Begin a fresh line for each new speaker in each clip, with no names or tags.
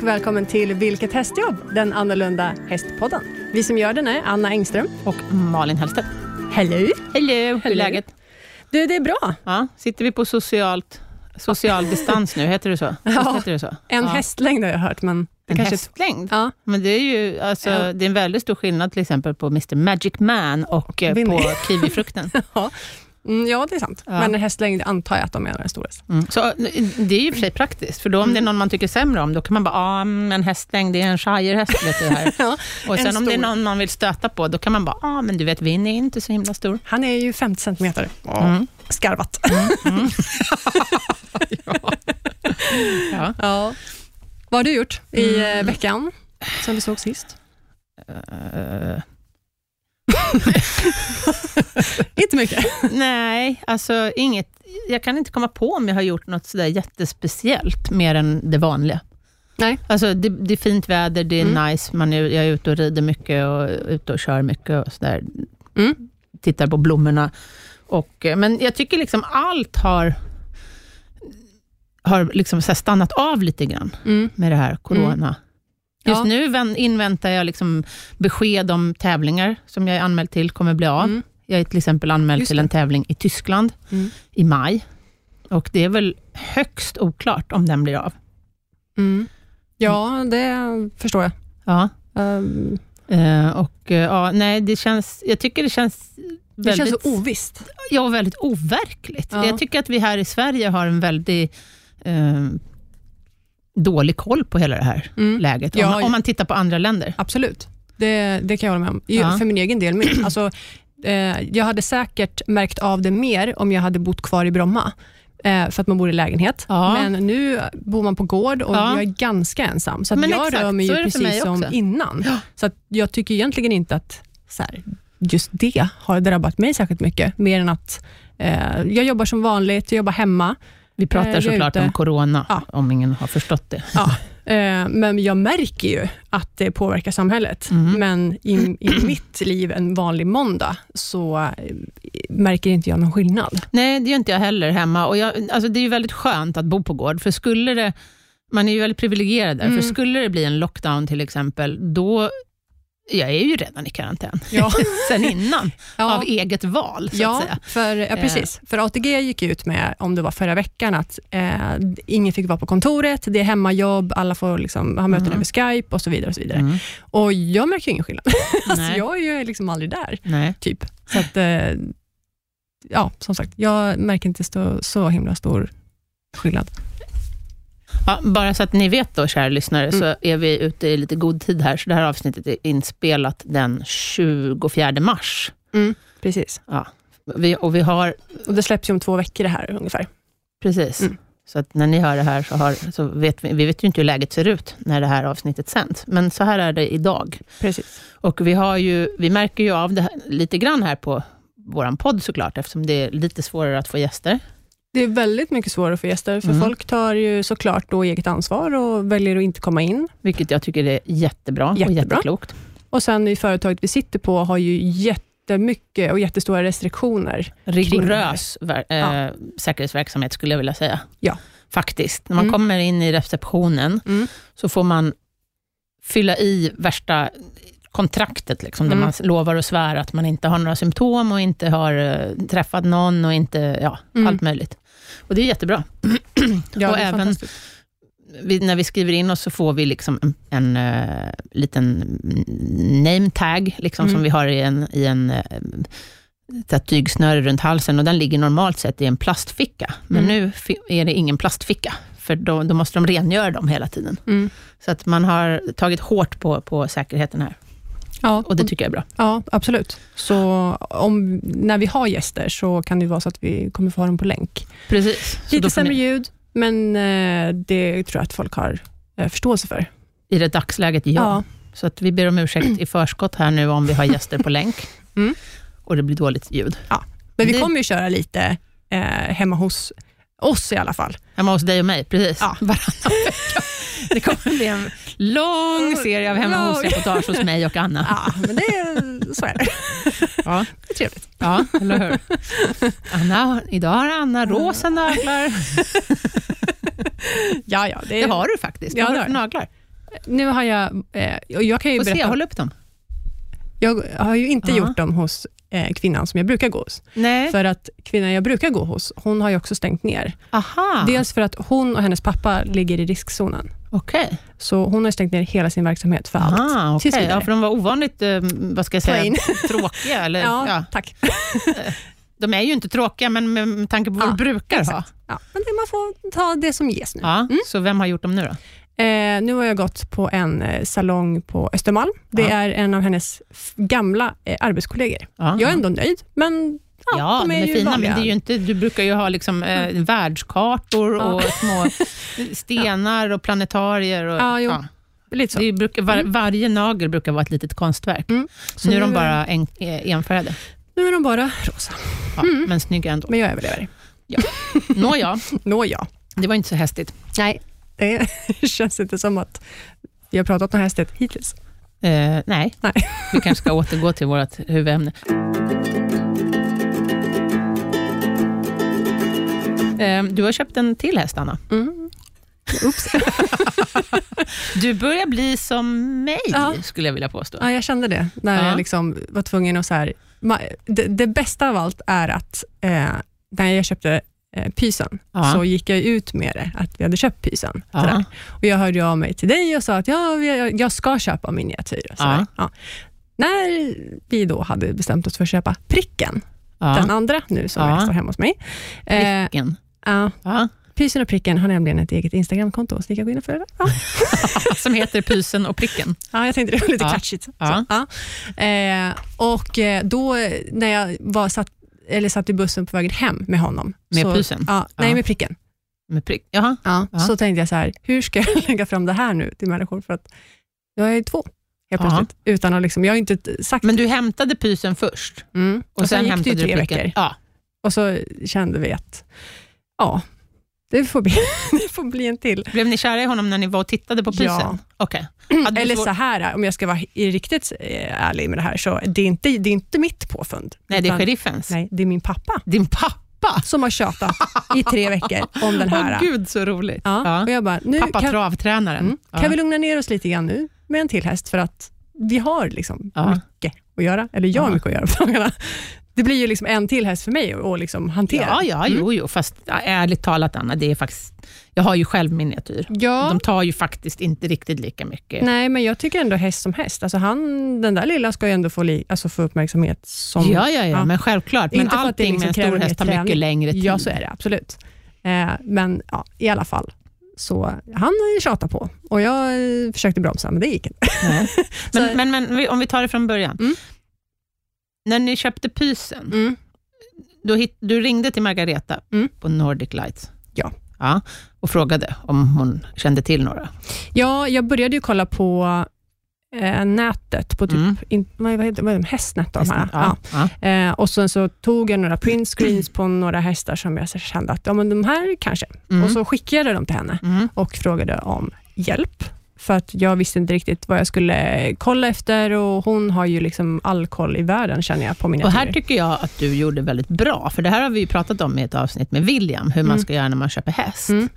välkommen till Vilket hästjobb? Den annorlunda hästpodden. Vi som gör den är Anna Engström.
Och Malin Hellstedt.
Hello!
Hello, hur är läget?
Du, det är bra.
Ja, sitter vi på socialt, social distans nu? Heter det så?
Ja.
Heter det så?
En
ja.
hästlängd har jag hört, men... Det
En
kanske-
hästlängd?
Ja.
Men det är ju alltså,
Ja.
det är en väldigt stor skillnad till exempel på Mr Magic Man och eh,
Vinner.
på kiwifrukten.
Mm, ja, det är sant.
Ja.
Men en hästlängd antar jag att de menar är storest.
Mm. Så eh, det är ju i och för sig praktiskt, för då
Mm.
om det är någon man tycker sämre om, då kan man bara, ah, mm, en hästlängd, det är en shirehäst, vet du här.
Ja,
Och
en
sen om det är
stor.
någon man vill stöta på, då kan man bara, ah, men du vet, Winnie är inte så himla stor.
Han är ju 50 centimeter.
Mm.
Skarvat.
Ja. Mm.
Ja. Vad har du gjort i eh, veckan, sen vi såg sist?
Eh,
Inte mycket.
Nej, alltså inget. Jag kan inte komma på om jag har gjort något sådär jättespeciellt, mer än det vanliga.
Nej.
Alltså, det, det är fint väder, det är
Mm.
nice, man är, jag är ute och rider mycket och ute och kör mycket och sådär.
Mm.
Tittar på blommorna. Och, eh, men jag tycker liksom allt har, har liksom så här stannat av lite grann
Mm.
med det här corona. Just
Ja.
nu vän- inväntar jag liksom besked om tävlingar som jag är anmäld till kommer bli av.
Mm.
Jag är till exempel anmäld
Just
till en tävling i Tyskland
Mm.
i maj. Och det är väl högst oklart om den blir av.
Mm. Ja, det förstår jag.
Ja.
Ehm,
Eh, och, eh, ja, nej, det känns, jag tycker det känns
det
väldigt,
känns så ovisst.
ja, väldigt overkligt.
Ja.
Jag tycker att vi här i Sverige har en väldigt eh, dålig koll på hela det här
Mm.
läget,
Ja,
om, man,
ja.
om man tittar på andra länder.
Absolut, det, det kan jag hålla med om. Ju-
Ja.
För min egen del. Min, alltså, eh, jag hade säkert märkt av det mer om jag hade bott kvar i Bromma, eh, för att man bor i lägenhet.
Ja.
Men nu bor man på gård och
Ja.
jag är ganska ensam, så att
Men
jag
exakt,
rör mig
så
ju
är det för mig
precis som
också.
innan. Så att jag tycker egentligen inte att så här, just det har drabbat mig särskilt mycket, mer än att eh, jag jobbar som vanligt, jag jobbar hemma,
Vi
Eh,
pratar
vi är
såklart
ute.
om corona,
Ja.
om ingen har förstått det.
Ja, eh, men jag märker ju att det påverkar samhället. Men i, i mitt liv en vanlig måndag så eh, märker inte jag någon skillnad.
Nej, det gör inte jag heller hemma. Och jag, alltså det är ju väldigt skönt att bo på gård, för skulle det, man är ju väldigt privilegierad där,
Mm.
för skulle det bli en lockdown till exempel, då jag är ju redan i karantän
Ja,
sen innan,
ja,
av eget val. Så att
ja,
säga. Eh.
för, ja precis. För ATG gick ut med, om det var förra veckan, att eh, ingen fick vara på kontoret, det är hemmajobb, alla får liksom ha möten
Mm.
över Skype och så vidare. Och så vidare.
Mm.
Och jag märker ju ingen skillnad. alltså,
Nej.
jag är ju liksom aldrig där,
Nej.
typ. Så att, eh, ja, som sagt, jag märker inte så, så himla stor skillnad.
Ja, bara så att ni vet då, kära lyssnare,
Mm.
så är vi ute i lite god tid här, så det här avsnittet är inspelat den 24 mars.
Precis.
Vi, och vi har
Och det släpps ju om två veckor det här ungefär.
Precis.
Mm.
Så att när ni hör det här, så, har, så vet vi, vi vet ju inte hur läget ser ut när det här avsnittet sänds. Men så här är det idag.
Precis.
Och vi, har ju, vi märker ju av det här, lite grann här på vår podd såklart, eftersom det är lite svårare att få gäster.
Det är väldigt mycket svårare för gäster, för
Mm.
folk tar ju såklart då eget ansvar och väljer att inte komma in.
Vilket jag tycker är jättebra, och
Jättebra.
jätteklokt.
Och sen i företaget vi sitter på har ju jättemycket och jättestora restriktioner.
Rigorös ver- eh,
Ja.
säkerhetsverksamhet skulle jag vilja säga.
Ja.
Faktiskt. När man
Mm.
kommer in i receptionen
Mm.
så får man fylla i värsta kontraktet, liksom,
Mm.
där man lovar och svär att man inte har några symptom och inte har eh, träffat någon och inte, ja,
Mm.
allt möjligt. Och det är jättebra.
Ja,
Och
det är
även-
fantastiskt.
Vi, när vi skriver in oss så får vi liksom en, en eh, liten name tag, liksom,
Mm.
som vi har i en, i en eh, ett sånt här tygsnöre runt halsen och den ligger normalt sett i en plastficka. Men
Mm.
nu fi- är det ingen plastficka, för då, då måste de rengöra dem hela tiden.
Mm.
Så att man har tagit hårt på, på säkerheten här
Ja,
och det tycker jag är bra.
ja, absolut. Så om, när vi har gäster så kan det ju vara så att vi kommer få ha dem på länk.
Precis. Så då
Lite
får
sämre
ni,
ljud, men eh, det tror jag att folk har eh, förståelse för.
I det dagsläget, ja. Så att vi ber om ursäkt i förskott här nu om vi har gäster på länk
Mm.
och det blir dåligt ljud.
Men vi
Det-
kommer ju köra lite eh, hemma hos oss i alla fall.
Hemma hos dig och mig, precis.
Ja.
Varannan vecka. Det kommer bli en lång serie av hemma
Lång.
hos-reportage hos mig och Anna.
Ja, men det är, så är det.
Ja,
det är trevligt.
ja eller hur? Anna, idag har Anna rosa naglar.
Ja, ja, det,
Det
är,
har du faktiskt.
Ja, det
Vad har du
har
för naglar?
Nu har jag... Eh, och jag, kan ju
Få se,
berätta,
håll upp dem.
jag har ju inte
Ja.
gjort dem hos eh, kvinnan som jag brukar gå hos.
Nej.
För att kvinnan jag brukar gå hos, hon har ju också stängt ner.
Aha,
Dels för att hon och hennes pappa ligger i riskzonen.
okej.
Så hon har stängt ner hela sin verksamhet för allt.
Aha,
Tills
okej. Ja,
vidare.
för de var ovanligt, eh, vad ska jag säga,
Plain.
tråkiga. Eller, eh, ja.
Ja, tack.
de är ju inte tråkiga, men med, med tanke på vad
Ja,
de brukar ha.
exakt. Mm. Ja, men det, man får ta det som ges nu.
Ja, Så vem har gjort dem nu då?
Eh, nu har jag gått på en eh, salong på Östermalm. Det
Ja.
är en av hennes f- gamla eh, arbetskollegor.
Ja.
Jag är ändå nöjd, men ja,
Ja,
de är, ju
fina,
vanliga.
men det är ju inte, du brukar ju ha liksom, eh, världskartor
Ja.
och små stenar och planetarier. Och,
Ja, jo. Lite så.
Det brukar, var, varje nagel brukar vara ett litet konstverk.
Mm. Så
nu är de
nu är-
bara en, eh, enfärgade,
Nu är de bara rosa,
ja, men snygga ändå.
men jag överlever. Mm.
Nåja,
Nåja,
det var inte så hästigt. Nej.
det känns inte som att vi har pratat om hästet hittills.
Eh, nej.
Nej.
vi kanske ska återgå till vårt huvudämne. Eh, Du har köpt en till häst, Anna.
Mm. Oops.
Du börjar bli som mig,
Ja.
skulle jag vilja påstå.
Ja, jag kände det när
Ja.
jag liksom var tvungen att... Så här, ma- det, det bästa av allt är att eh, när jag köpte eh, pysen,
Ja.
så gick jag ut med det, att vi hade köpt pysen.
Ja.
Sådär. Och jag hörde ju av mig till dig och sa att ja, vi- jag, jag ska köpa miniatyr. och sådär.
Ja.
Ja. När vi då hade bestämt oss för att köpa pricken, den andra nu som
Ja.
jag står hemma hos mig. Eh,
Pricken.
ja,
Ja.
pysen och pricken har nämligen ett eget Instagramkonto, så ni kan gå in och följa det. Ja.
Som heter Pysen och pricken.
Ja, jag tänkte det var lite
Ja.
catchigt. Så,
Ja.
ja. Eh, och eh, då eh, när jag var satt, eller satt i bussen på vägen hem med honom.
Med
så,
pysen?
Ja, nej,
Ja.
med pricken.
Med prick. Jaha.
Ja. Så tänkte jag så här, hur ska jag lägga fram det här nu till människor? För att jag är två helt
Ja.
plötsligt. Utan att liksom, jag har ju inte t- sagt
Men du hämtade Pysen först
mm.
och, sen, hämtade
gick det
du
ju tre
pricken.
veckor
Ja.
och så kände vi att, ja, det får bli, det får bli en till.
Blev ni kära i honom när ni var och tittade på Pysen?
Ja.
Okej. Hade du
Eller
svårt-
så här, om jag ska vara i- riktigt eh, ärlig med det här, så det är inte, det är inte mitt påfund.
Nej, det är
Utan-
sheriffens.
Nej, det är min pappa
Din pappa.
som har tjatat i tre veckor om den här.
Åh gud, så roligt.
ja. Och jag bara, nu
Pappa
kan,
travtränaren.
mm,
Ja.
kan vi lugna ner oss lite grann nu med en till häst, för att vi har liksom
Ja.
mycket att göra. Eller jag har
Ja.
mycket att göra på dagarna. Det blir ju liksom en till häst för mig att- att liksom hantera.
Ja, ja, jo, jo. Fast ja, ärligt talat, Anna, det är faktiskt, jag har ju själv miniatyr.
Ja,
De tar ju faktiskt inte riktigt lika mycket.
Nej, men jag tycker ändå häst som häst. Alltså han, den där lilla ska ju ändå få, li, alltså få uppmärksamhet som...
Ja, ja, ja,
Ja.
men självklart. Men
Inte för att det
allting
liksom
med en stor
kräver
häst tar
mer
mycket
träning.
längre tid.
Ja, så är det absolut. Eh, men ja, i alla fall. Så han tjatade på och jag eh, försökte bromsa, men det gick inte.
Nej.
Så-
Men, men, men vi- om vi tar det från början.
Mm.
När ni köpte pysen, du, hit, du ringde till Margareta
Mm.
på Nordic Lights.
Ja.
ja. Och frågade om hon kände till några.
Ja, jag började ju kolla på eh, nätet, på typ,
Mm.
in, vad vad heter vad är de, Hästnet. De här. Ja.
ja.
Eh, och sen så tog jag några printscreens på några hästar som jag så kände att, ja men de här kanske.
Mm.
Och så skickade jag dem till henne
Mm.
och frågade om hjälp. För att jag visste inte riktigt vad jag skulle kolla efter och hon har ju liksom all koll i världen känner jag på mina
Och här tycker jag att du gjorde väldigt bra, för det här har vi ju pratat om i ett avsnitt med William, hur man
Mm.
ska göra när man köper häst.
Mm.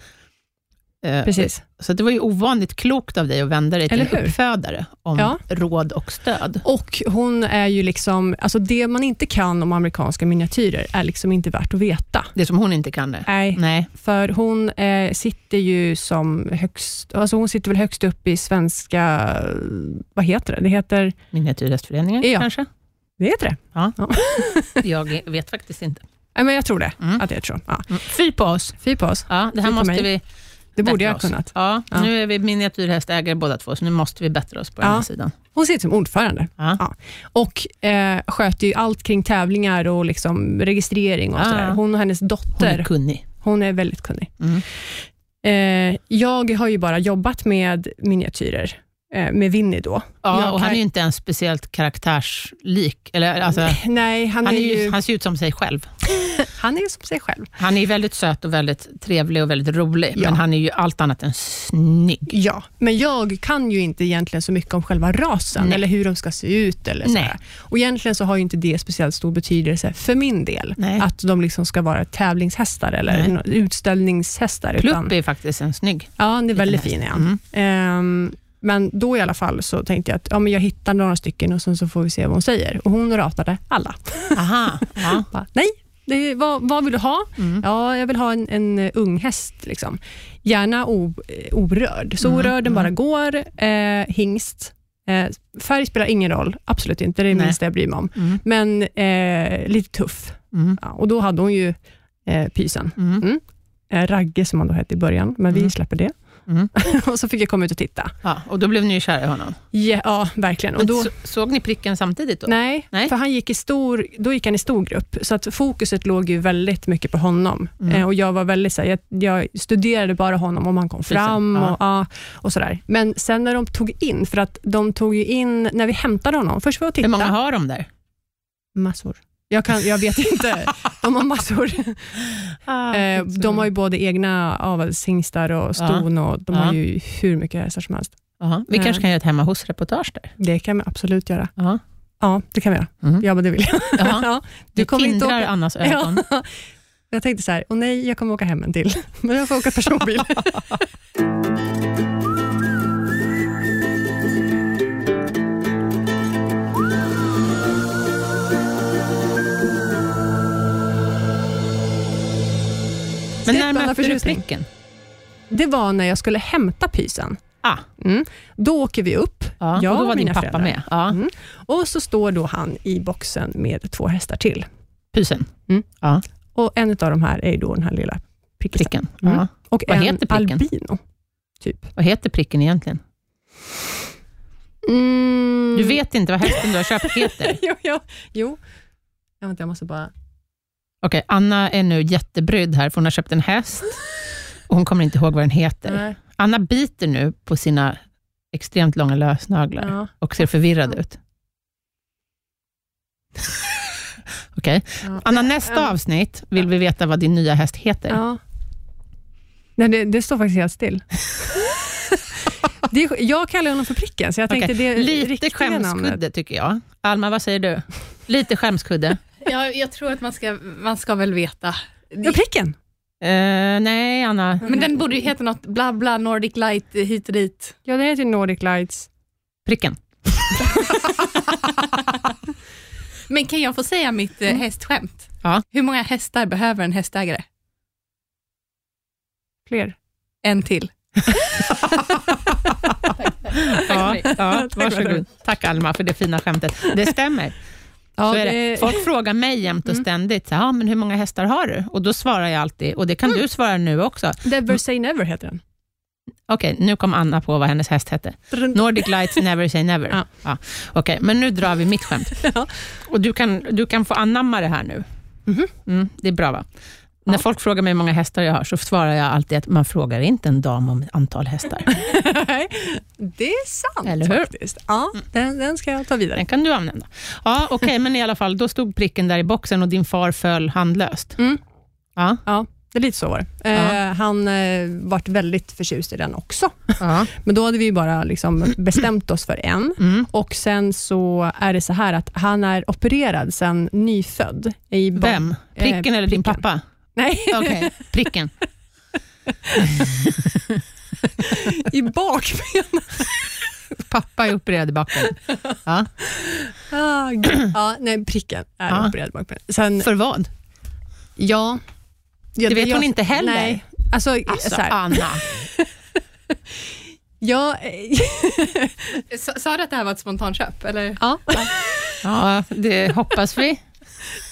Eh,
Precis.
Så det var ju ovanligt klokt av dig att vända dig till
Eller
en
hur?
uppfödare om
Ja.
råd och stöd.
Och hon är ju liksom, alltså det man inte kan om amerikanska miniatyrer är liksom inte värt att veta.
Det som hon inte kan det.
Nej,
Nej.
för hon eh, sitter ju som högst, alltså hon sitter väl högst upp i svenska, vad heter det? Det heter,
Miniatyrhästföreningen
Ja.
kanske?
det heter det?
Jag vet faktiskt inte.
Nej, men jag tror det.
Mm.
Att jag tror. Ja.
Mm. Fy på oss.
Fy på oss.
Ja, det här
Fy på
måste
mig.
vi
Det borde
bättra
jag ha
oss.
kunnat.
Ja,
Ja.
Nu är vi miniatyrhästägare båda två, så nu måste vi bättra oss på den här
Ja.
sidan.
Hon sitter som ordförande
Ja.
och eh, sköter ju allt kring tävlingar och liksom registrering och
Ja.
sådär. Hon och hennes
Hon är
dotter,
kunnig.
hon är väldigt kunnig.
Mm.
Eh, jag har ju bara jobbat med miniatyrer, eh, med Winnie då.
Ja,
Jag
och han
kan-
är ju inte ens speciellt karaktärslik. Eller, alltså,
Nej, han,
han,
är ju,
han ser ut som sig själv.
han är ju som sig själv.
Han är väldigt söt och väldigt trevlig och väldigt rolig,
Ja.
men han är ju allt annat än snygg.
Ja, men jag kan ju inte egentligen så mycket om själva rasen
Nej.
eller hur de ska se ut. Eller sådär.
Nej.
Och egentligen så har ju inte det speciellt stor betydelse för min del,
Nej.
att de liksom ska vara tävlingshästar eller
Nej.
nå- utställningshästar. utan-
Plupp är faktiskt en snygg.
Ja, han är väldigt
häst.
fin är han.
Mm.
Ehm, Men då i alla fall så tänkte jag att ja, men jag hittar några stycken och sen så får vi se vad hon säger. Och hon ratade alla.
Aha, ja.
Bara, Nej, det är, vad, vad vill du ha?
Mm.
Ja, jag vill ha en, en eh, ung häst. Liksom. Gärna o, eh, orörd. Så
Mm,
orörd den
mm.
bara går. Eh, hingst. Eh, färg spelar ingen roll, absolut inte. Det är det
Nej.
minsta jag bryr mig om.
Mm,
Men eh, lite tuff.
mm,
Ja, och då hade hon ju eh, pysen.
mm,
Eh, Ragge som han då hette i början, men vi
Mm.
släpper det.
mm.
och så fick jag komma ut och titta.
Ja, och då blev ni ju kära i honom.
Ja, ja verkligen. Och
Men
då,
så, såg ni pricken samtidigt då?
nej,
Nej.
för han gick i stor, då gick han i stor grupp, så att fokuset låg ju väldigt mycket på honom.
Mm.
Eh, och jag, var väldigt, så här, jag, jag studerade bara honom om han kom
Precis,
fram
Liksom. ja.
och, ja, och sådär. Men sen när de tog in, för att de tog ju in, när vi hämtade honom, först var jag och
Hur
tittade.
många har de där?
Massor. Jag, kan, jag vet inte. De har massor.
Ah,
Eh, de har ju både egna avelshingstar och ston och de
Ja.
har ju hur mycket hästar som helst.
Aha. Vi
Eh.
kanske kan göra ett hemma hos-reportage där?
Det kan man absolut göra.
Ja.
Ja, det kan vi göra.
Mm.
Ja, men det vill jag.
Jaha.
Ja,
Du
kommer inte
tindrar
åka-
Annas ögon.
Jag tänkte så här, åh nej, jag kommer åka hem en till, men jag får åka personbil.
Men när
Släpp alla
mötte du
förtjusning.
pricken?
Det var när jag skulle hämta pysen.
Ah.
Mm. Då åker vi upp
Ja,
Jag
och då
och
var din
mina
pappa
föräldrar.
med. Ja.
Mm. och så står då han i boxen med två hästar till.
Pysen,
Och En av de här är ju då den här lilla prickisen.
pricken.
Mm.
Ja.
Och
Vad
en
heter pricken?
albino.
Vad heter pricken egentligen?
Mm.
Du vet inte vad hästen du har köpt heter.
jo, jo, jo. Jag, vänta, jag måste bara...
Okej, Anna är nu jättebrydd här, för hon har köpt en häst och hon kommer inte ihåg vad den heter.
Nej,
Anna biter nu på sina extremt långa lösnaglar
ja,
och ser förvirrad ut. Okej.
ja.
Anna, nästa avsnitt vill vi veta vad din nya häst heter.
Ja. Nej, det, det står faktiskt helt still. det är, jag kallar honom för pricken, så jag tänkte
Okej,
det är
Lite
riktiga namnet.
skämskudde tycker jag. Alma, vad säger du? Lite skämskudde.
Ja, jag tror att man ska, man ska väl veta.
Ja, pricken.
Eh, nej, Anna.
Men den borde ju heta något bla bla, Nordic light, hit och dit.
Ja, den heter Nordic Lights.
Pricken.
Men kan jag få säga mitt mm. hästskämt?
Ja.
Hur många hästar behöver en hästägare?
Fler.
En till.
Ja, ja,
Tack,
varsågod. Tack Alma för det fina skämtet. Det stämmer.
Ja,
Så är
det-
det. Folk frågar mig jämt
Mm.
och ständigt, så, ja, men hur många hästar har du? Och Då svarar jag alltid, och det kan
Mm.
du svara nu också.
Never say never heter den.
Okej, nu kom Anna på vad hennes häst hette. Nordic Lights Never Say Never. Ja.
Ja.
Okej, men nu drar vi mitt skämt.
Ja.
Och du, kan, du kan få anamma det här nu.
Mhm.
Mm, det är bra va? När folk frågar mig hur många hästar jag har, så svarar jag alltid att man frågar inte en dam om antal hästar.
Nej, det är sant
Eller hur? Mm.
faktiskt. Ja, den, den ska jag ta vidare.
Den kan du använda. Ja, okej, men i alla fall, då stod pricken där i boxen och din far föll handlöst.
Mm.
Ja.
Det är lite så var det.
Ja.
eh, Han eh, vart väldigt förtjust i den också.
ja.
Men då hade vi ju bara liksom bestämt oss för en.
Mm.
Och Sen så är det så här att han är opererad sen nyfödd. I barn-
Vem? Pricken
Eh,
eller
pricken.
din pappa?
Nej,
Okej, pricken.
i bak.
Pappa är opererad i baken.
Ah, gud. ja, nej, pricken är
Ja.
opererad bakben. Sen,
För vad?
ja, ja,
Det vet hon inte heller.
Nej, alltså,
Alltså,
så här,
Anna.
jag,
Sa- Sa du att det här var ett spontanköp? Eller?
ja,
Ja, det hoppas vi.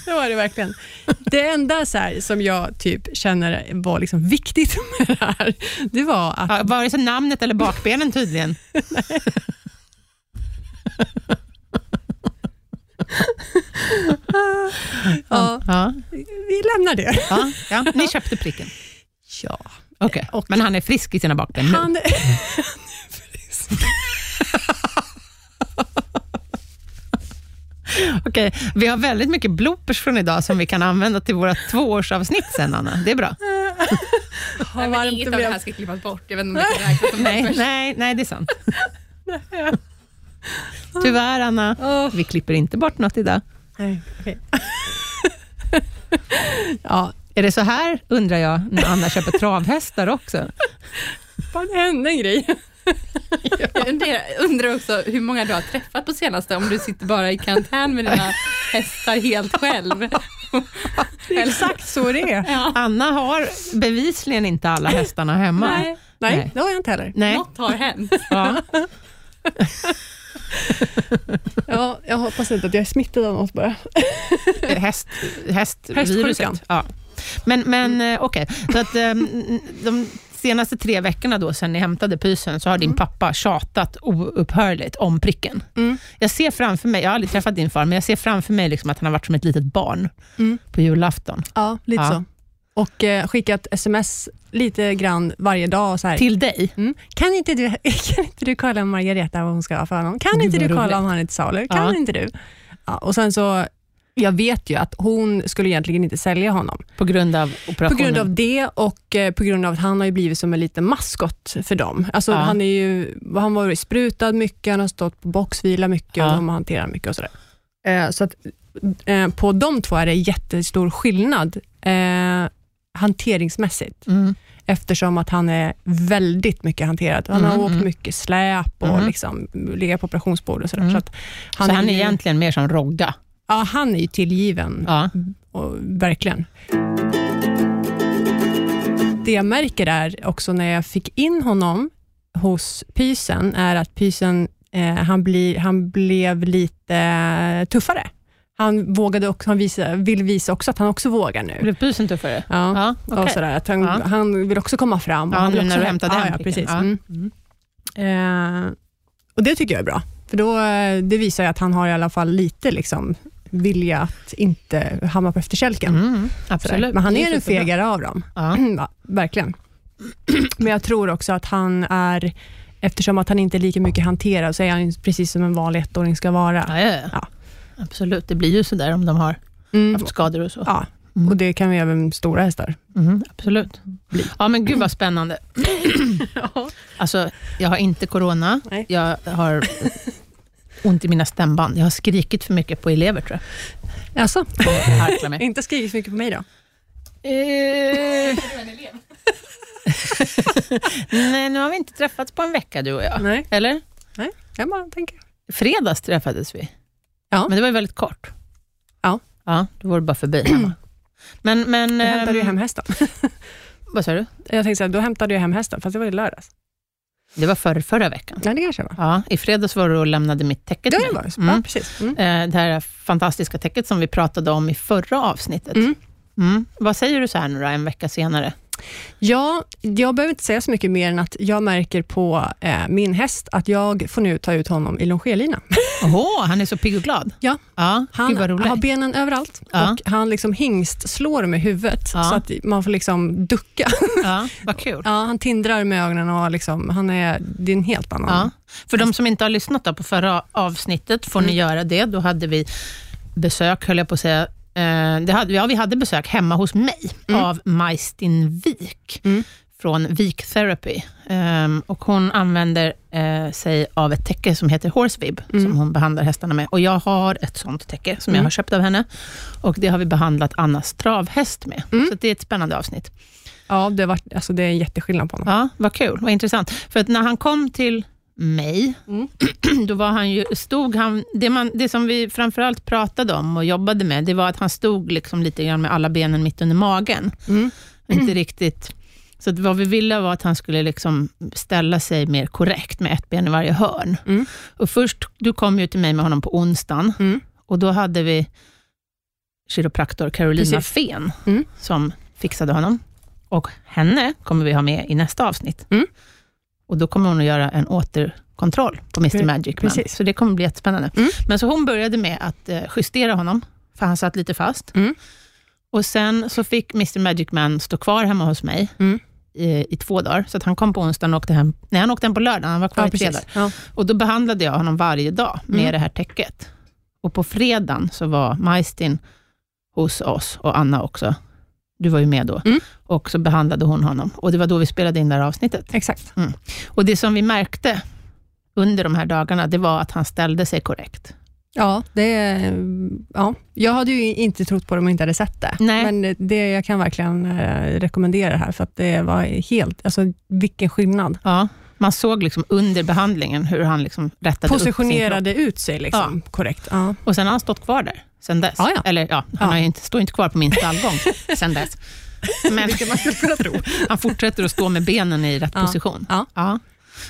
det var det verkligen. Det enda så här, som jag typ känner var liksom viktigt med det här, det var att
Ja, vare sig namnet eller bakbenen tydligen.
ja,
Ja,
vi lämnar det.
ja, ja. Ni köpte pricken.
Ja.
Okej.
Och-
Men han är frisk i sina bakben nu.
Han,
Okej, vi har väldigt mycket bloopers från idag som vi kan använda till våra tvåårsavsnitt sen, Anna. Det är bra.
har
Nej, men
varmt
inget
och
av det
väl-
här ska klippas bort. Jag vet inte om det kan räknas som
Nej,
bloopers.
nej, nej det är sant. Tyvärr, Anna. Vi klipper inte bort något idag.
Nej, okej. ja,
Är det så här, undrar jag, när Anna köper travhästar också?
bara en, en grej.
Jag undrar- undrar också hur många du har träffat på senaste, om du sitter bara i karantän med dina hästar helt själv.
Det är exakt så det är.
Ja.
Anna har bevisligen inte alla hästarna hemma.
Nej,
Nej,
Nej.
det har jag inte heller.
Nej.
något har hänt.
Ja.
Ja, jag hoppas inte att jag är smittad av något bara.
Häst,
Hästviruset.
hästviruset. Ja. Men, men eh, okej, så att eh, de senaste tre veckorna då, sen ni hämtade pysen, så har din pappa tjatat oupphörligt om pricken.
Mm.
Jag ser framför mig, jag har aldrig träffat din far, men jag ser framför mig liksom att han har varit som ett litet barn
Mm.
på julafton.
Ja, lite
Ja.
så. Och eh, skickat sms lite grann varje dag. Så här.
Till dig?
Mm. Kan, inte du, kan inte du kolla om Margareta vad hon ska ha för honom? Kan
Gud,
inte
vad
du
roligt.
kolla om han är till salu? Kan
Ja.
inte du? Ja, och sen så, jag vet ju att hon skulle egentligen inte sälja honom.
På grund av
På
operationen?
grund av det och eh, på grund av att han har ju blivit som en liten maskot för dem. Alltså,
Ja.
han, är ju, han var ju sprutad mycket, han har stått på boxvila mycket
Ja.
och de har hanterat mycket och sådär. Eh, så att, eh, på de två är det jättestor skillnad eh, hanteringsmässigt
Mm.
eftersom att han är väldigt mycket hanterad. Han har
Mm,
åkt
mm.
mycket släp och
Mm.
liksom legat på operationsbord och sådär.
Mm.
Så att
Han så han är
ju-
egentligen mer som Rogga?
ja, han är ju tillgiven,
Ja.
och, verkligen. Det jag märker är också när jag fick in honom hos pysen, är att pysen eh, han, blir han blev lite tuffare. Han, vågade också, han visa, vill visa också att han också vågar nu.
Blev pysen tuffare?
Ja.
Ja,
Och
okej.
sådär, att han,
Ja.
han vill också komma fram.
Ja,
Han vill
nu
också
när du hämtade
ja,
hem
ja,
pricken.
precis.
Ja. Mm.
Mm. Eh, och Det tycker jag är bra, för då, eh, det visar ju att han har i alla fall lite liksom, vilja att inte hamna på efterkälken.
Mm,
Sådär.
absolut.
Men han
Det
är den
superbra.
fegare av dem,
Ja.
ja, verkligen. Men jag tror också att han är, eftersom att han inte är lika mycket hanterad, så är han ju precis som en vanlig ettåring ska vara.
Ja, ja, ja.
Ja.
Absolut, det blir ju sådär om de har
Mm.
haft skador och så.
Ja, och det kan ju även stora hästar.
Mm, absolut. Ja, men gud vad spännande. Alltså, jag har inte corona.
Nej.
Jag har ont i mina stämband. Jag har skrikit för mycket på elever, tror jag.
Alltså,
Och harklar mig.
inte skrikit så mycket på mig då?
Eh, Nej, nu har vi inte träffats på en vecka, du och jag.
Nej,
Eller?
jag bara tänker.
Fredags träffades vi.
Ja.
Men det var ju väldigt kort.
Ja.
Ja, då var det bara förbi hemma. Men, men...
Jag hämtade ju
ehm,
hem hästen.
Vad sa du?
Jag tänkte så här, då hämtade jag hem hästen, fast det var i lördags.
Det var förra, förra veckan.
Ja, det kanske var.
Ja, i fredags var du och lämnade mitt täcke
Ja,
till
det var
mig.
det.
Mm.
Ja, precis. Mm.
Eh, Det här fantastiska täcket som vi pratade om i förra avsnittet.
Mm.
Mm. Vad säger du så här nu då, en vecka senare?
Ja, jag behöver inte säga så mycket mer än att jag märker på eh, min häst att jag får nu ta ut honom i longerlina.
Åh, han är så pigg och glad.
Ja.
ja
Han
Gud vad roligt.
har benen överallt
Ja.
och han liksom hingstslår med huvudet
Ja.
så att man får liksom ducka.
ja, vad kul.
Ja, han tindrar med ögonen och liksom, han är, det är en helt annan...
Ja. För de som inte har lyssnat då på förra avsnittet får
Mm.
ni göra det. Då hade vi besök, höll jag på att säga. Eh, Det hade, ja, vi hade besök hemma hos mig av Majstin Wik
Mm.
från Wik Therapy. Ehm, och hon använder eh, sig av ett täcke som heter Horsevib, som hon behandlar hästarna med. Och jag har ett sånt täcke som jag har köpt av henne. Och Det har vi behandlat Annas travhäst med. Så det är ett spännande avsnitt.
Ja, det, var, alltså, det är en jätteskillnad på honom.
Ja, vad kul, vad intressant. För att när han kom till mig, då var han ju, stod han, det, man, det som vi framförallt pratade om och jobbade med, det var att han stod liksom lite grann med alla benen mitt under magen.
Mm.
Inte riktigt, så att vad vi ville var att han skulle liksom ställa sig mer korrekt med ett ben i varje hörn.
Mm.
Och först, du kom ju till mig med honom på onsdagen
Mm.
och då hade vi kiropraktor Carolina
Precis.
Fen
Mm.
som fixade honom. Och henne kommer vi ha med i nästa avsnitt.
Mm.
Och då kommer hon att göra en återkontroll på Mr
Pre-
Magic Man.
precis.
Så det kommer bli jättespännande.
Mm.
Men så hon började med att eh, justera honom, för han satt lite fast.
Mm.
Och sen så fick Mr Magic Man stå kvar hemma hos mig
Mm.
i, i två dagar. Så att han kom på onsdagen och åkte hem. Nej, han åkte hem på lördagen. Han var kvar
Ja,
i tre
precis.
dagar.
Ja.
Och då behandlade jag honom varje dag med
Mm.
det här täcket. Och på fredagen så var Majstin hos oss och Anna också. Du var ju med då.
Mm.
Och så behandlade hon honom. Och det var då vi spelade in det här avsnittet.
Exakt.
Och det som vi märkte under de här dagarna, det var att han ställde sig korrekt.
Ja, det, ja, jag hade ju inte trott på det om jag inte hade sett det.
Nej.
Men det jag kan verkligen eh, rekommendera det här, för att det var helt, alltså vilken skillnad.
Ja. Man såg liksom under behandlingen hur han liksom rättade upp sin kropp.
Positionerade ut sig liksom. korrekt. Ja.
Och sen har han stått kvar där sen dess.
Ah, Ja, ja.
Eller ja, han
Ja.
Har ju inte, står inte kvar på min stallgång sen dess. Men
man skulle kunna tro.
han fortsätter att stå med benen i rätt
Ja.
position.
Ja.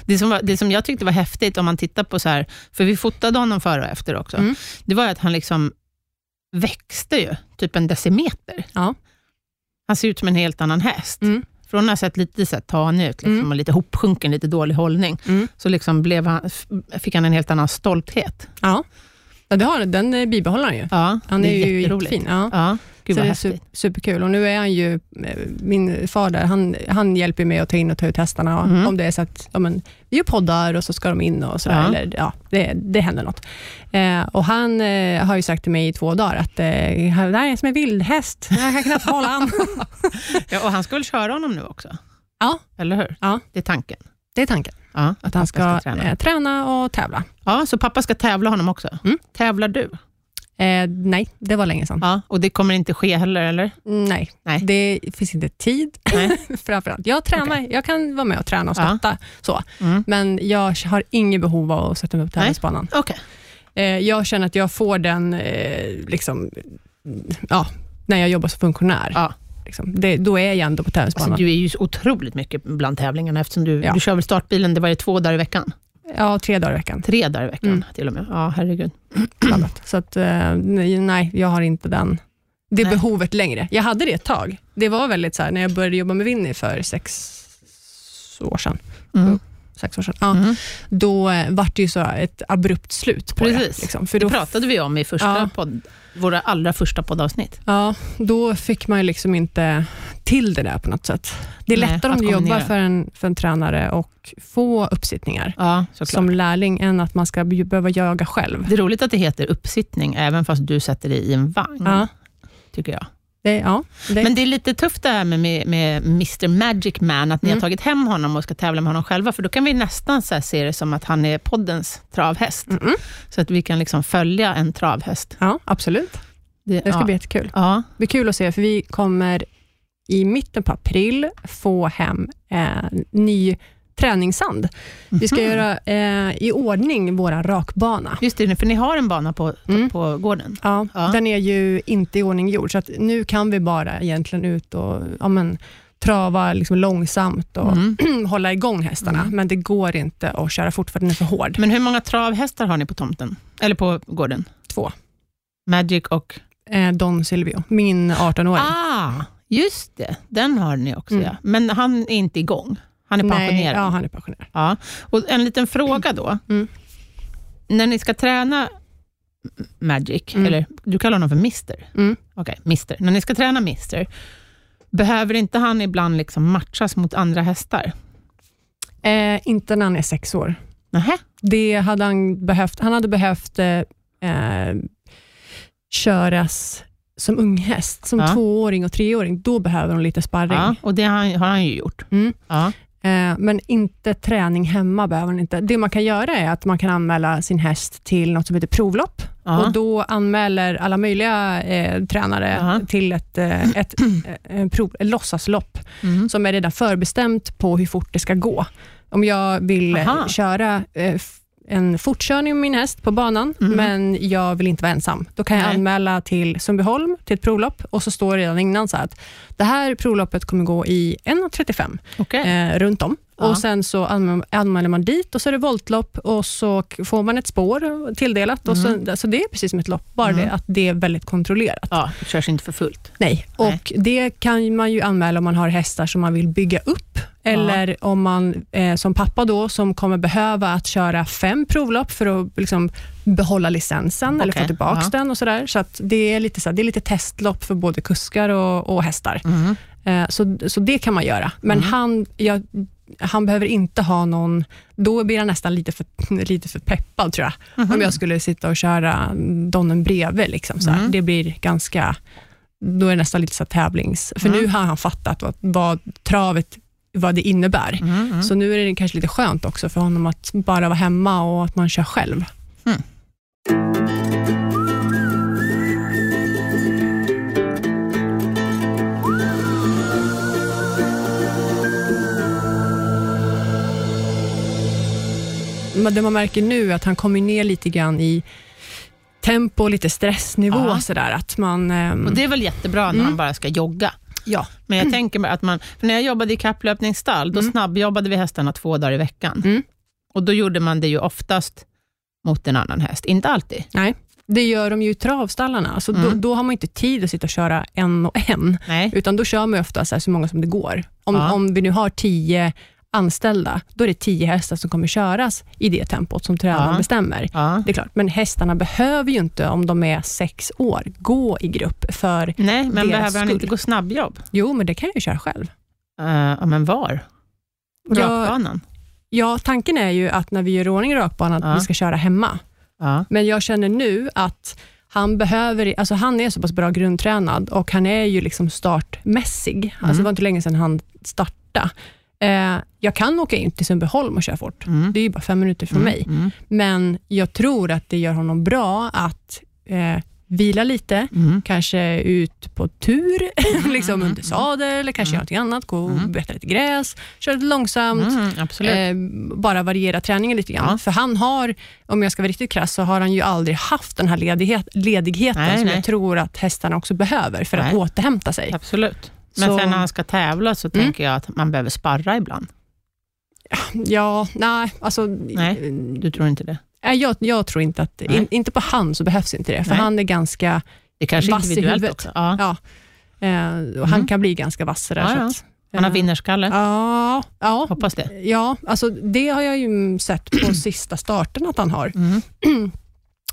Det, som var, det som jag tyckte var häftigt, om man tittar på så här, för vi fotade honom före och efter också,
Mm.
det var ju att han liksom växte ju, typ en decimeter.
Ja.
Han ser ut som en helt annan häst.
Mm.
Från att ha sett lite så här, tanig ut liksom,
Mm.
och lite hopsjunken, lite dålig hållning,
Mm.
så liksom blev han, f- fick han en helt annan stolthet.
Ja. ja det har, den eh, bibehåller han ju.
Ja,
Han
det
är, ju
jätteroligt.
jättefin. Ja.
Ja, gud
så
vad
det är
häftigt.
su- superkul. Och nu är han ju, eh, min far där, han, han hjälper mig att ta in och ta ut hästarna. Och
Mm.
Om det är så att ja, men, vi gör poddar och så ska de in och sådär.
Ja.
Eller, ja, det, det händer något. Eh, och han eh, har ju sagt till mig i två dagar att eh, det här är som en vildhäst. Jag kan knappt hålla an.
Ja, och han ska väl köra honom nu också?
Ja.
Eller hur?
Ja.
Det är tanken.
Det är tanken,
Ja,
att han ska,
pappa
träna. Eh, träna och tävla.
Ja, så pappa ska tävla honom också.
Mm.
Tävlar du?
Eh, nej, det var länge sedan.
Ja, och det kommer inte ske heller, eller?
Nej,
Nej.
det finns inte tid
Nej.
framförallt. Jag tränar, jag kan vara med och träna och
Ja.
stötta, så.
Mm.
men jag har inget behov av att sätta mig på
Nej.
tennisbanan.
Okej. Alltså,
Eh, jag känner att jag får den, eh, liksom, ja, när jag jobbar som funktionär.
Ja.
Liksom. Det, då är jag ändå på tennisbanan.
Alltså, du är ju så otroligt mycket bland tävlingarna, eftersom du,
Ja.
du kör väl startbilen, det var ju två dagar i veckan?
Ja, tre dagar i veckan.
Tre dagar i veckan
Mm.
till och med. Ja, herregud.
blandat. Så att, eh, nej, nej, jag har inte den, det
Nej.
behovet längre. Jag hade det ett tag. Det var väldigt så här, när jag började jobba med Winnie för sex år sedan.
Mm.
Sex år sedan. Ja,
Mm.
Då eh, vart det ju så här ett abrupt slut på
Precis.
det. Liksom. För
Det
då,
pratade vi om i första
Ja.
podd, våra allra första poddavsnitt.
ja, då fick man ju liksom inte till det där på något sätt. Det är
Nej,
lättare
att
om du jobbar
kombinera.
för en, för en tränare och få uppsittningar
Ja, såklart. Mm.
som lärling, än att man ska be- behöva jaga själv.
Det är roligt att det heter uppsittning, även fast du sätter dig i en vagn,
Ja,
tycker jag.
det, ja, det,
Men det är lite tufft det här med, med, med Mr Magic Man, att ni har
Mm.
tagit hem honom och ska tävla med honom själva, för då kan vi nästan så här se det som att han är poddens travhäst,
Mm-mm.
så att vi kan liksom följa en travhäst.
ja, absolut. Det ska
ja.
bli jättekul.
Ja,
Det blir kul att se, för vi kommer i mitten på april få hem eh, ny träningssand. Vi ska
Mm.
göra eh, i ordning vår rakbana.
Mhm. just det, för ni har en bana på,
Mm.
på gården.
Ja,
Ja.
Den är ju inte i ordning gjord, så att nu kan vi bara egentligen ut och ja, men, trava liksom långsamt och
Mm.
hålla igång hästarna, men det går inte att köra fort för den är för hård.
Men hur många travhästar har ni på tomten? Eller på gården?
Två.
Magic och...
Eh, Don Silvio, min 18-åring.
Ah, just det. Den har ni också,
Mm.
ja. Men han är inte igång. Han är pensionerad.
ja, han är pensionerad.
Ja. Och en liten fråga då.
Mm.
När ni ska träna Magic,
Mm.
eller du kallar honom för Mister.
Mm.
Okej, Mister. När ni ska träna Mister, behöver inte han ibland liksom matchas mot andra hästar?
Eh, inte när han är sex år.
Nähä?
Det hade han behövt. Han hade behövt eh, eh, köras som unghäst, som
Ja.
tvååring och treåring. Då behöver de lite sparring.
Ja, och det har han, har han ju gjort.
Mm.
Ja.
Eh, men inte träning hemma behöver han inte. Det man kan göra är att man kan anmäla sin häst till något som heter provlopp.
Ja.
Och då anmäler alla möjliga eh, tränare
Ja.
till ett, eh, ett, eh, prov, ett låtsaslopp
Mm.
som är redan förbestämt på hur fort det ska gå. Om jag vill eh,
Aha.
köra eh, f- en fortkörning med min häst på banan,
Mhm.
men jag vill inte vara ensam. Då kan jag
Nej.
anmäla till Sundbyholm, till ett provlopp, och så står det redan innan så här att det här provloppet kommer gå i 1.35
Okej.
eh, runt om.
Ja.
Och Sen så anmä- anmäler man dit och så är det voltlopp och så k- får man ett spår tilldelat. Och så, så det är precis som ett lopp, bara
Mm.
det att det är väldigt kontrollerat.
Ja, det körs inte för fullt.
Nej,
Nej.
och det kan man ju anmäla om man har hästar som man vill bygga upp, eller om man eh, som pappa då, som kommer behöva att köra fem provlopp för att liksom, behålla licensen eller
Okej,
få tillbaka
ja.
den och sådär. Så att det är lite så här, det är lite testlopp för både kuskar och, och hästar.
Mm.
Eh, så, så det kan man göra. Men
Mm.
han, jag, han behöver inte ha någon, då blir han nästan lite för, lite för peppad tror jag.
Mm-hmm.
Om jag skulle sitta och köra donnen bredvid. Liksom, så här.
Mm.
Det blir ganska, då är det nästan lite så här tävlings... För
Mm.
nu har han fattat vad, vad travet vad det innebär.
Mm, mm.
Så nu är det kanske lite skönt också för honom att bara vara hemma och att man kör själv.
Mm.
men det man märker nu är att han kommer ner lite grann i tempo, lite stressnivå.
Ja.
Sådär, att man, ehm,
Och det är väl jättebra när man bara ska jogga.
ja.
Men jag tänker bara att man, för när jag jobbade i kapplöpningsstall, då snabbjobbade vi hästarna två dagar i veckan.
Mm.
Och då gjorde man det ju oftast mot en annan häst. Inte alltid.
Nej, det gör de ju i travstallarna. Alltså då,
Mm.
då har man inte tid att sitta och köra en och en,
Nej.
utan då kör man ju ofta så, här, så många som det går. Om,
Ja.
om vi nu har tio anställda, då är det tio hästar som kommer köras i det tempot som tränaren
Ja.
bestämmer.
Ja.
Det är klart, men hästarna behöver ju inte, om de är sex år, gå i grupp för,
Nej, men
Deras
behöver han
skull.
inte gå snabbjobb?
jo, men det kan jag ju köra själv.
Eh, ja, men var? På
Ja.
Rakbanan?
Ja, tanken är ju att när vi gör i ordning rakbanan,
Ja.
att vi ska köra hemma.
Ja.
Men jag känner nu att han behöver, alltså han är så pass bra grundtränad och han är ju liksom startmässig.
Mm.
Alltså det var inte länge sedan han startade. Eh, jag kan åka in till Sundbyholm och köra fort.
Mm.
Det är ju bara fem minuter från mig.
Mm.
Men jag tror att det gör honom bra att eh, vila lite,
Mm.
kanske ut på tur, liksom under sadel, eller kanske göra någonting annat, gå och beta lite gräs, köra lite långsamt.
Mm, absolut.
Eh, bara variera träningen lite grann.
Ja.
För han har, om jag ska vara riktigt krass, så har han ju aldrig haft den här ledighet, ledigheten
Nej,
som
nej.
jag tror att hästarna också behöver för att
Nej.
återhämta sig.
Absolut. Men
Så- Mm.
sen när han ska tävla så tänker jag att man behöver sparra ibland.
Ja, nej, alltså,
Nej.
eh,
Du tror inte det?
nej, jag, jag tror inte att,
Nej.
in, inte på han så behövs inte det, för
Nej.
han är ganska,
Det kanske är
Vass i
individuellt
huvudet.
också. Ja. Mm.
ja, eh, och han kan bli ganska vass sådär.
Ja,
så
ja.
att,
Han har
eh,
vinnarskalle.
Ja, ja,
Hoppas det.
Ja, alltså det har jag ju sett på sista starten att han har.
Mm.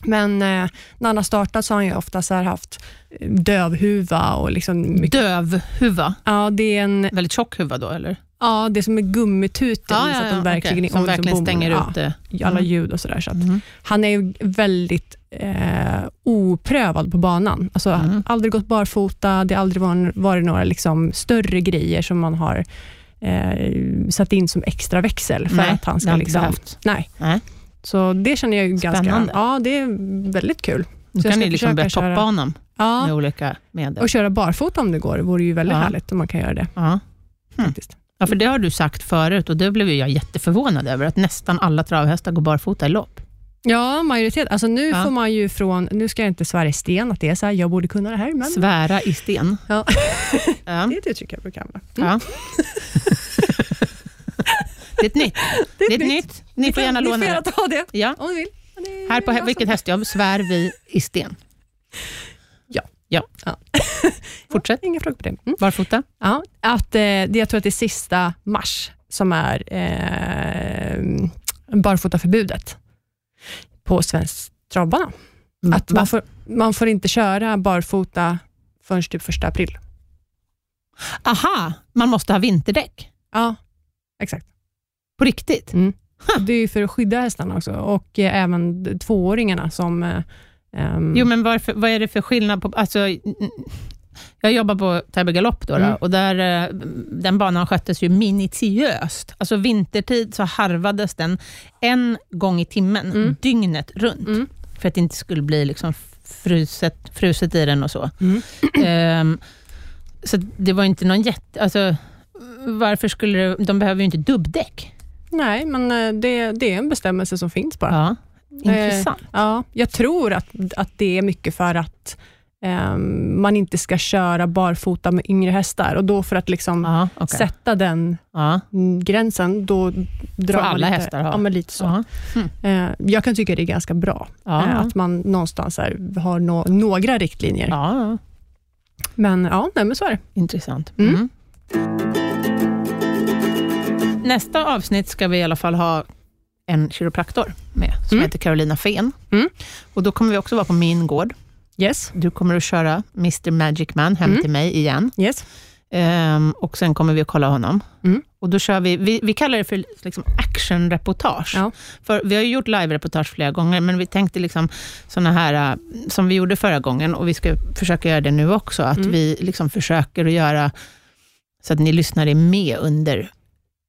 Men eh, när han har startat så har han ju ofta så här haft eh, dövhuva och liksom mycket,
Dövhuva.
ja, det är en,
Väldigt tjock huva då, eller?
ja, det är som en gummitutel i, så att de verkligen,
okej. Som
och liksom
verkligen
bommar,
stänger
ja,
ut det.
alla
Mm.
ljud och sådär. Så att
Mm.
han är ju väldigt eh, oprövad på banan. Alltså
Mm.
aldrig gått barfota, det har aldrig varit, varit några liksom större grejer som man har eh, satt in som extra växel för
Nej,
att han
det
ska
har inte
liksom,
behövt.
nej.
Nej.
Så det känner jag ju
Spännande.
ganska... Ja, det är väldigt kul.
Nu
Så jag
kan
ska
ni liksom
försöka
börja toppa
köra-
honom
Ja,
med olika medel.
och köra barfota om det går. Det vore ju väldigt
Ja. Mm.
härligt om man kan göra det.
Ja.
faktiskt.
ja, för det har du sagt förut och det blev ju jag jätteförvånad över, att nästan alla travhästar går barfota i lopp.
Ja, majoritet. Alltså nu
Ja.
får man ju från... Nu ska jag inte svära i sten att det är så här, jag borde kunna det här, men
Svära i sten.
Ja.
Ja.
det är ett uttryck jag brukar använda.
Ja. Det är ett nytt. Det är ett nytt. Ni får gärna låna
Ni får gärna
det.
ta det
Ja.
om ni vill. Men det är alltså
Här på
bra
hä-
så.
vilket hästjobb svär vi i sten?
Ja.
ja.
Ja.
Fortsätt.
Inga frågor på det. Mm.
Barfota.
Ja, att, eh, det, jag tror att det är sista mars som är eh, barfotaförbudet på svensk travbana. Att man, får, man får inte köra barfota förrän typ första april.
Aha, man måste ha vinterdäck.
Ja, exakt.
På riktigt?
Det är ju för att skydda hästarna också och eh, även d- tvååringarna som... Eh, ehm,
Jo, men varför, vad är det för skillnad på... Alltså, n- n- jag jobbar på Täby Galopp då, då
Mm.
och där, eh, den banan sköttes ju minutiöst. Alltså vintertid så harvades den en gång i timmen,
Mm.
dygnet runt,
Mm.
för att det inte skulle bli liksom fruset, fruset i den och så.
Mm.
Ehm, så det var inte någon jätte... Alltså, varför skulle det, De behöver ju inte dubbdäck.
Nej, men eh, det, det är en bestämmelse som finns bara.
Ja.
Eh,
Intressant.
Ja, jag tror att, att det är mycket för att ehm, man inte ska köra barfota med yngre hästar och då för att liksom
ja, Ah, okej.
sätta den
ja,
mm, gränsen, då drar man
alla
lite,
hästar ha?
Ja, men lite så.
ja,
Eh, jag kan tycka det är ganska bra,
ja,
eh,
ja,
att man någonstans här har nå- några riktlinjer.
ja.
Men ja, nej, men så är det.
Intressant.
Mm.
Mm. Nästa avsnitt ska vi i alla fall ha en kiropraktor med, som
Mm.
heter Carolina Fehn.
Mm.
Och då kommer vi också vara på min gård.
Yes.
Du kommer att köra Mr Magic Man hem
Mm.
till mig igen.
Yes.
Ehm, och sen kommer vi att kolla honom.
Mm.
Och då kör vi, vi, vi kallar det för liksom actionreportage.
Ja.
För vi har ju gjort live-reportage flera gånger, men vi tänkte liksom såna här, äh, som vi gjorde förra gången, och vi ska försöka göra det nu också, att
Mm.
vi liksom försöker att göra så att ni lyssnare är med under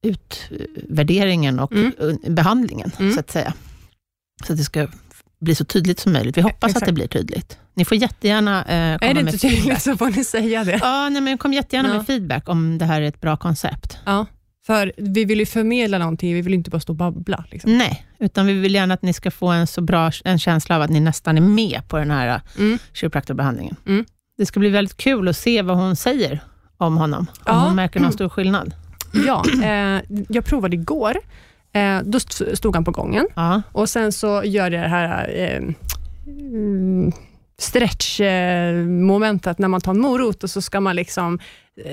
utvärderingen och
Mm.
un- behandlingen,
Mm.
så att säga. Så att det ska bli så tydligt som möjligt. Vi hoppas att
Exakt.
det blir tydligt. Ni får jättegärna eh, komma
är det
med
inte tydligt
feedback.
så får ni säga det.
Ja, nej, men kom jättegärna
Ja.
med feedback om det här är ett bra koncept.
Ja. För vi vill ju förmedla någonting, vi vill inte bara stå och babbla. Liksom.
Nej, utan vi vill gärna att ni ska få en så bra en känsla av att ni nästan är med på den här eh,
Mm.
kiropraktorbehandlingen.
Mm.
Det ska bli väldigt kul att se vad hon säger om honom, om
Ja. Mm.
hon märker någon stor skillnad.
Ja, eh, jag provade igår, eh, då st- stod han på gången
Ja.
och sen så gör jag det här eh, mm, stretch-momentet när man tar en morot och så ska man liksom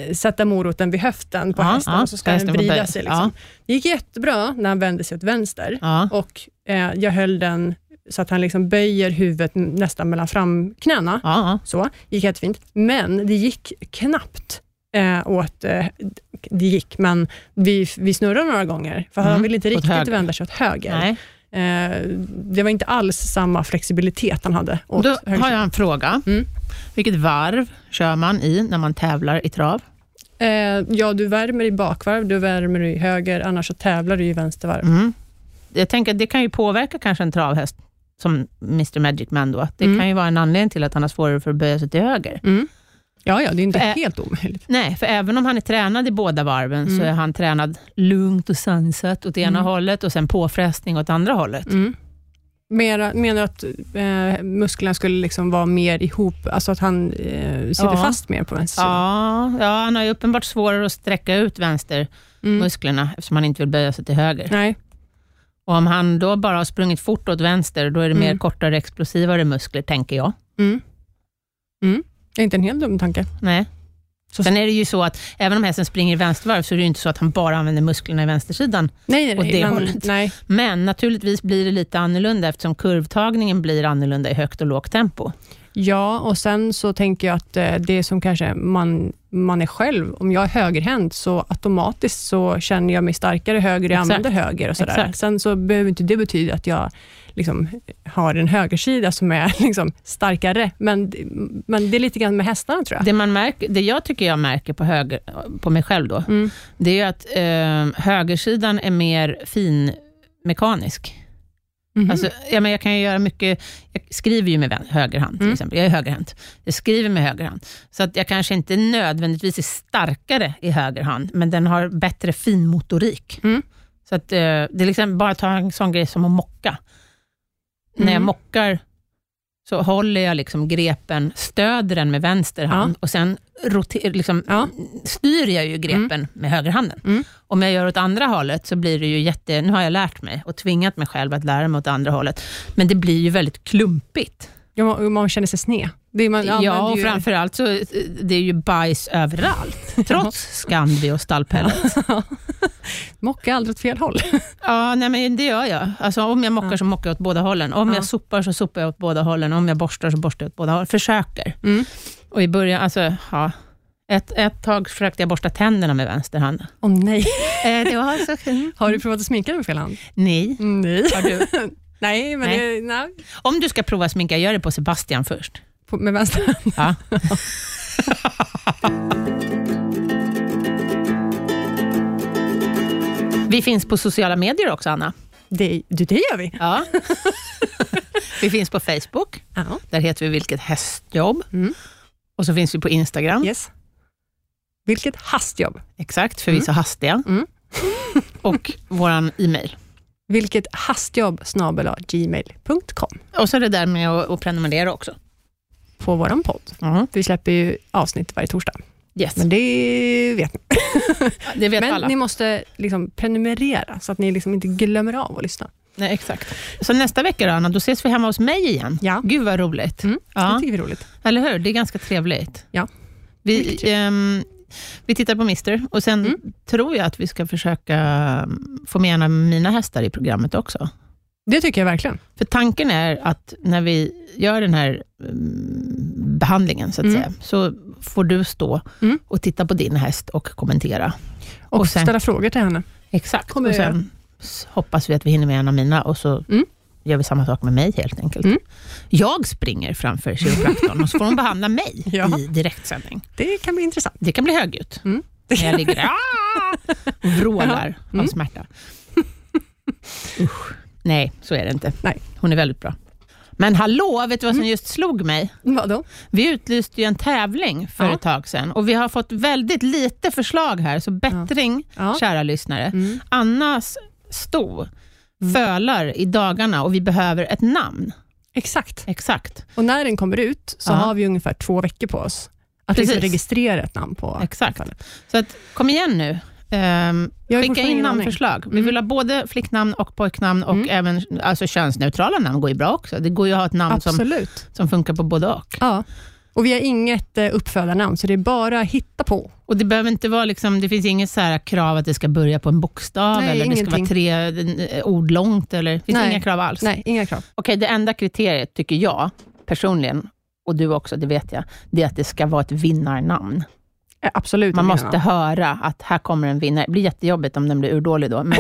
eh, sätta moroten vid höften på
Ja,
hästen
ja,
och så ska
hästen
den
får
vrida
böja.
sig. Liksom. Det gick jättebra när han vände sig åt vänster
Ja.
och eh, jag höll den så att han liksom böjer huvudet n- nästan mellan framknäna.
Ja.
Så, gick jättefint. Men det gick knappt eh, åt... Eh, det gick, men vi, vi snurrade några gånger, för han
Mm,
ville inte
åt
riktigt
höger.
vända sig åt höger.
Nej.
Eh, det var inte alls samma flexibilitet han hade åt
Då
höger.
har jag en fråga.
Mm.
Vilket varv kör man i när man tävlar i trav?
Eh, ja, du värmer i bakvarv, du värmer i höger, annars så tävlar du i vänstervarv.
Mm. Jag tänker att det kan ju påverka kanske en travhäst, som Mr Magic Man då. Det
Mm.
kan ju vara en anledning till att han har svårare för att böja sig till höger.
Mm. Ja, ja, det är inte
Eh,
helt omöjligt.
Nej, för även om han är tränad i båda varven, så
Mm.
är han tränad lugnt och sansat åt ena
Mm.
hållet och sen påfrestning åt andra hållet.
Mm. Mera, menar du att eh, musklerna skulle liksom vara mer ihop, alltså att han eh, sitter
Ja.
fast mer på vänster sida?
Ja, ja, han har ju uppenbart svårare att sträcka ut vänstermusklerna,
Mm.
eftersom han inte vill böja sig till höger.
Nej.
Och om han då bara har sprungit fort åt vänster, då är det mer
Mm.
kortare, explosivare muskler, tänker jag.
Mm. Mm. Det är inte en helt dum tanke.
Nej.
Så-
Sen är det ju så att även om hästen springer i vänstervarv, så är det ju inte så att han bara använder musklerna i vänstersidan.
Nej, nej,
Åt
nej,
det
men-
hållet.
nej.
Men naturligtvis blir det lite annorlunda, eftersom kurvtagningen blir annorlunda i högt och lågt tempo.
Ja, och sen så tänker jag att eh, det som kanske man, man är själv, om jag är högerhänt, så automatiskt så känner jag mig starkare höger, jag
Exakt.
använder höger och sådär.
Exakt.
Sen så behöver inte det betyda att jag liksom har en högersida som är liksom starkare, men, men det är lite grann med hästarna tror jag.
Det, man märker, det jag tycker jag märker på, höger, på mig själv då,
Mm.
det är ju att eh, högersidan är mer finmekanisk.
Mhm.
Alltså, ja, men jag kan ju göra mycket, jag skriver ju med vän- höger hand till
Mm.
exempel. Jag är högerhänt. Jag skriver med höger hand. Så att jag kanske inte nödvändigtvis är starkare i höger hand, men den har bättre finmotorik.
Mm.
Så att eh, det är liksom bara att ta en sån grej som att mocka. När jag
Mm.
mockar så håller jag liksom grepen, stöder den med vänster hand och sen roter, liksom,
Ja.
styr jag ju grepen med högerhanden.
Mm.
Om jag gör åt andra hållet så blir det ju jätte... Nu har jag lärt mig och tvingat mig själv att lära mig åt andra hållet. Men det blir ju väldigt klumpigt.
ja, man, man känner sig sned. Det är man,
Ja,
använder
och
ju-
framförallt så eh, det är ju bajs överallt. Trots Scandi och stallpellet.
Mocka aldrig åt fel håll.
Ja, nej, men det gör jag. Alltså, om jag mockar
Ja.
så mockar jag åt båda hållen. Om
Ja.
jag sopar så sopar jag åt båda hållen. Om jag borstar så borstar jag åt båda hållen. Försöker.
Mm.
Och i början, alltså, ja. Ett, ett tag försökte jag borsta tänderna med vänster hand.
Åh nej.
Eh, det var så...
Har du provat att sminka dig med fel hand? Mm,
Nej.
Nej.
Har du?
Nej, men
Nej.
Det, nej.
Om du ska prova sminka, gör det på Sebastian först.
På, med vänster hand.
Ja. Vi finns på sociala medier också, Anna.
Det, du, det gör vi.
Ja. vi finns på Facebook.
Ja.
Där heter vi Vilket hästjobb.
Mm.
Och så finns vi på Instagram.
Yes. Vilket hastjobb.
Exakt, för vi är så hastiga.
Mm.
och vår e-mail.
Vilket hastjobb snabel gmail.com
Och så är det där med att, att prenumerera också.
på vår podd. Vi släpper ju avsnitt varje torsdag,
Yes.
Mm. men det vet ni.
Det vet
Men
alla.
ni måste liksom prenumerera så att ni liksom inte glömmer av att lyssna.
Nej, exakt. Så nästa vecka då, Anna, då ses vi hemma hos mig igen.
Ja.
Gud vad roligt.
Mm. Det
Ja.
tycker vi är roligt.
Eller hur? Det är ganska trevligt.
Ja.
Vi,
Mycket
ehm, vi tittar på Mister och sen
Mm.
tror jag att vi ska försöka mm, få med en av mina hästar i programmet också.
Det tycker jag verkligen.
För tanken är att när vi gör den här mm, behandlingen, så att
Mm.
säga, så får du stå
Mm.
och titta på din häst och kommentera.
Och,
Och sen-
ställa frågor till henne.
Exakt.
Kommer
och
jag
sen s- hoppas vi att vi hinner med en av mina och så
Mm.
gör vi samma sak med mig helt enkelt.
Mm.
Jag springer framför kiropraktorn och så får hon behandla mig
Ja.
i direktsändning.
Det kan bli intressant.
Det kan bli högljutt.
Mm.
När jag ligger där och vrålar av
Mm.
smärta. Usch. Nej, så är det inte.
Nej. Mm.
Hon är väldigt bra. Men hallå, vet du vad som just slog mig?
Vadå?
Vi utlyste ju en tävling för
Ja.
ett tag sedan och vi har fått väldigt lite förslag här, så bättring,
Ja.
kära lyssnare.
Mm.
Annas sto fölar i dagarna och vi behöver ett namn.
Exakt.
Exakt.
Och när den kommer ut så
Ja.
har vi ungefär två veckor på oss att liksom
Precis.
registrera ett namn på.
Exakt. Så att, kom igen nu. Ehm,
Jag har
skicka
fortfarande
in
ingen aning.
namnförslag. Vi vill ha både flicknamn och pojknamn och
Mm.
även alltså, könsneutrala namn går ju bra också. Det går ju att ha ett namn som,
Absolut.
som funkar på både och.
Ja. Och vi har inget eh, uppfödarnamn, så det är bara hitta på.
Och det, behöver inte vara liksom, det finns inget så här krav att det ska börja på en bokstav
Nej,
eller det
ingenting.
ska vara tre eh, ord långt. Eller, det finns
Nej.
inga krav alls.
Nej, inga krav.
Okej, det enda kriteriet tycker jag personligen, och du också, det vet jag, det är att det ska vara ett vinnarnamn.
Eh, Absolut.
Man
inga
måste
namn.
höra att här kommer en vinnare. Det blir jättejobbigt om den blir urdålig då, men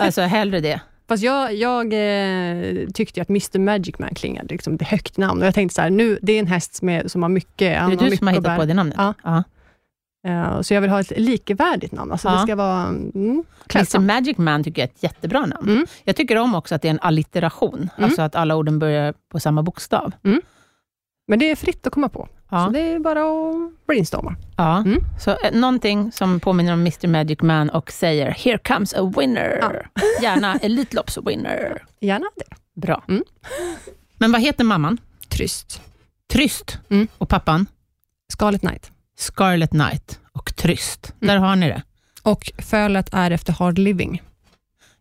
alltså hellre det.
Fast jag, jag eh, tyckte ju att Mr Magic Man klingade liksom det högt namn. Och jag tänkte så här, nu, det är en häst som, är, som har mycket han
Det är
har
du
mycket
som har
att
hittat på
bära.
det namnet.
Ja. Eh, Så jag vill ha ett likvärdigt namn. Alltså
Ja.
Det ska vara mm,
Mr
klädsamt.
Magic Man tycker jag är ett jättebra namn.
Mm.
Jag tycker om också att det är en allitteration, alltså att alla orden börjar på samma bokstav.
Men det är fritt att komma på.
Ja.
Så det är bara att brainstorma.
Ja.
Mm.
Så eh, någonting som påminner om Mr Magic Man och säger “Here comes a winner”. Gärna Elitloppswinner.
Gärna det.
Bra.
Mm.
Men vad heter mamman?
Tryst.
Tryst.
Mm.
Och pappan?
Scarlet Knight.
Scarlet Knight och Tryst.
Mm.
Där har ni det.
Och fölet är efter Hard Living.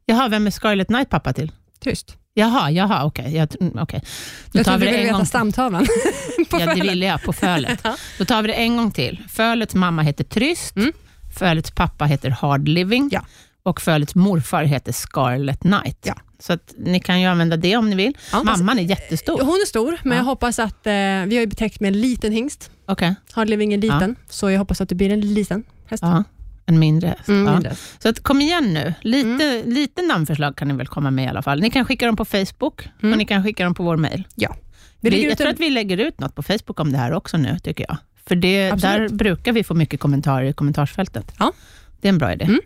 Jaha, vem är Scarlet Knight pappa till?
Tyst.
Jaha, jaha, okej. Jag, mm, okej. Då
Jag
tar
trodde
vi
du
det
ville
en
veta
gång
stamtavlan. på
Ja, det
fölet.
ville jag, på fölet. Då tar vi det en gång till. Fölets mamma heter Tryst,
Mm.
fölets pappa heter Hard Living
Ja.
och fölets morfar heter Scarlet Knight.
Ja.
Så att ni kan ju använda det om ni vill.
Ja, fast-
Mamman är jättestor.
Hon är stor, men
Ja.
jag hoppas att... Eh, vi har ju betäckt med en liten hingst.
Okej.
Hard Living är liten, så jag hoppas att det blir en liten häst.
Ja, en mindre häst.
Mm,
ja.
mindre. Mm.
Så att, kom igen nu. Lite, lite namnförslag kan ni väl komma med i alla fall. Ni kan skicka dem på Facebook och ni kan skicka dem på vår mail.
Mm. Vi
Vi,
lägger
jag
ut
tror
en,
att vi lägger ut något på Facebook om det här också nu, tycker jag. För det, där
Absolut.
brukar vi få mycket kommentarer i kommentarsfältet.
Ja.
Det är en bra idé.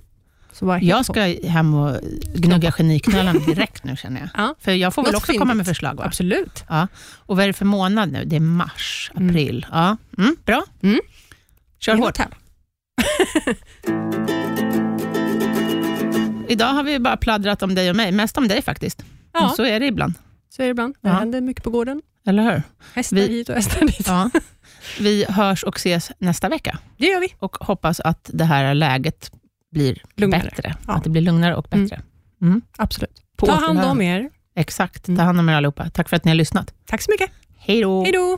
så bara,
Jag ska hem och gnugga geniknölen direkt nu känner jag.
Ja.
För jag får väl
Något
också komma med
fyndigt.
förslag va?
Absolut.
Ja. Och vad är det för månad nu? Det är mars, april. Ja. Mm, bra.
Mm.
Kör hårt. Mm,
Här.
Idag har vi ju bara pladdrat om dig och mig. Mest om dig faktiskt.
Ja.
Och så är det ibland.
Så är det ibland. Det
Ja.
händer mycket på gården.
Eller hur?
Hästar
Vi-
hit och hästar dit.
Ja. Vi hörs och ses nästa vecka
Det gör vi.
och hoppas att det här läget blir
Lugnare.
bättre.
Ja.
Att det blir lugnare och bättre.
Absolut.
På
Ta hand
återhörande.
om er.
Exakt. Ta hand om er allihopa. Tack för att ni har lyssnat.
Tack så mycket.
Hej då.
Hej då.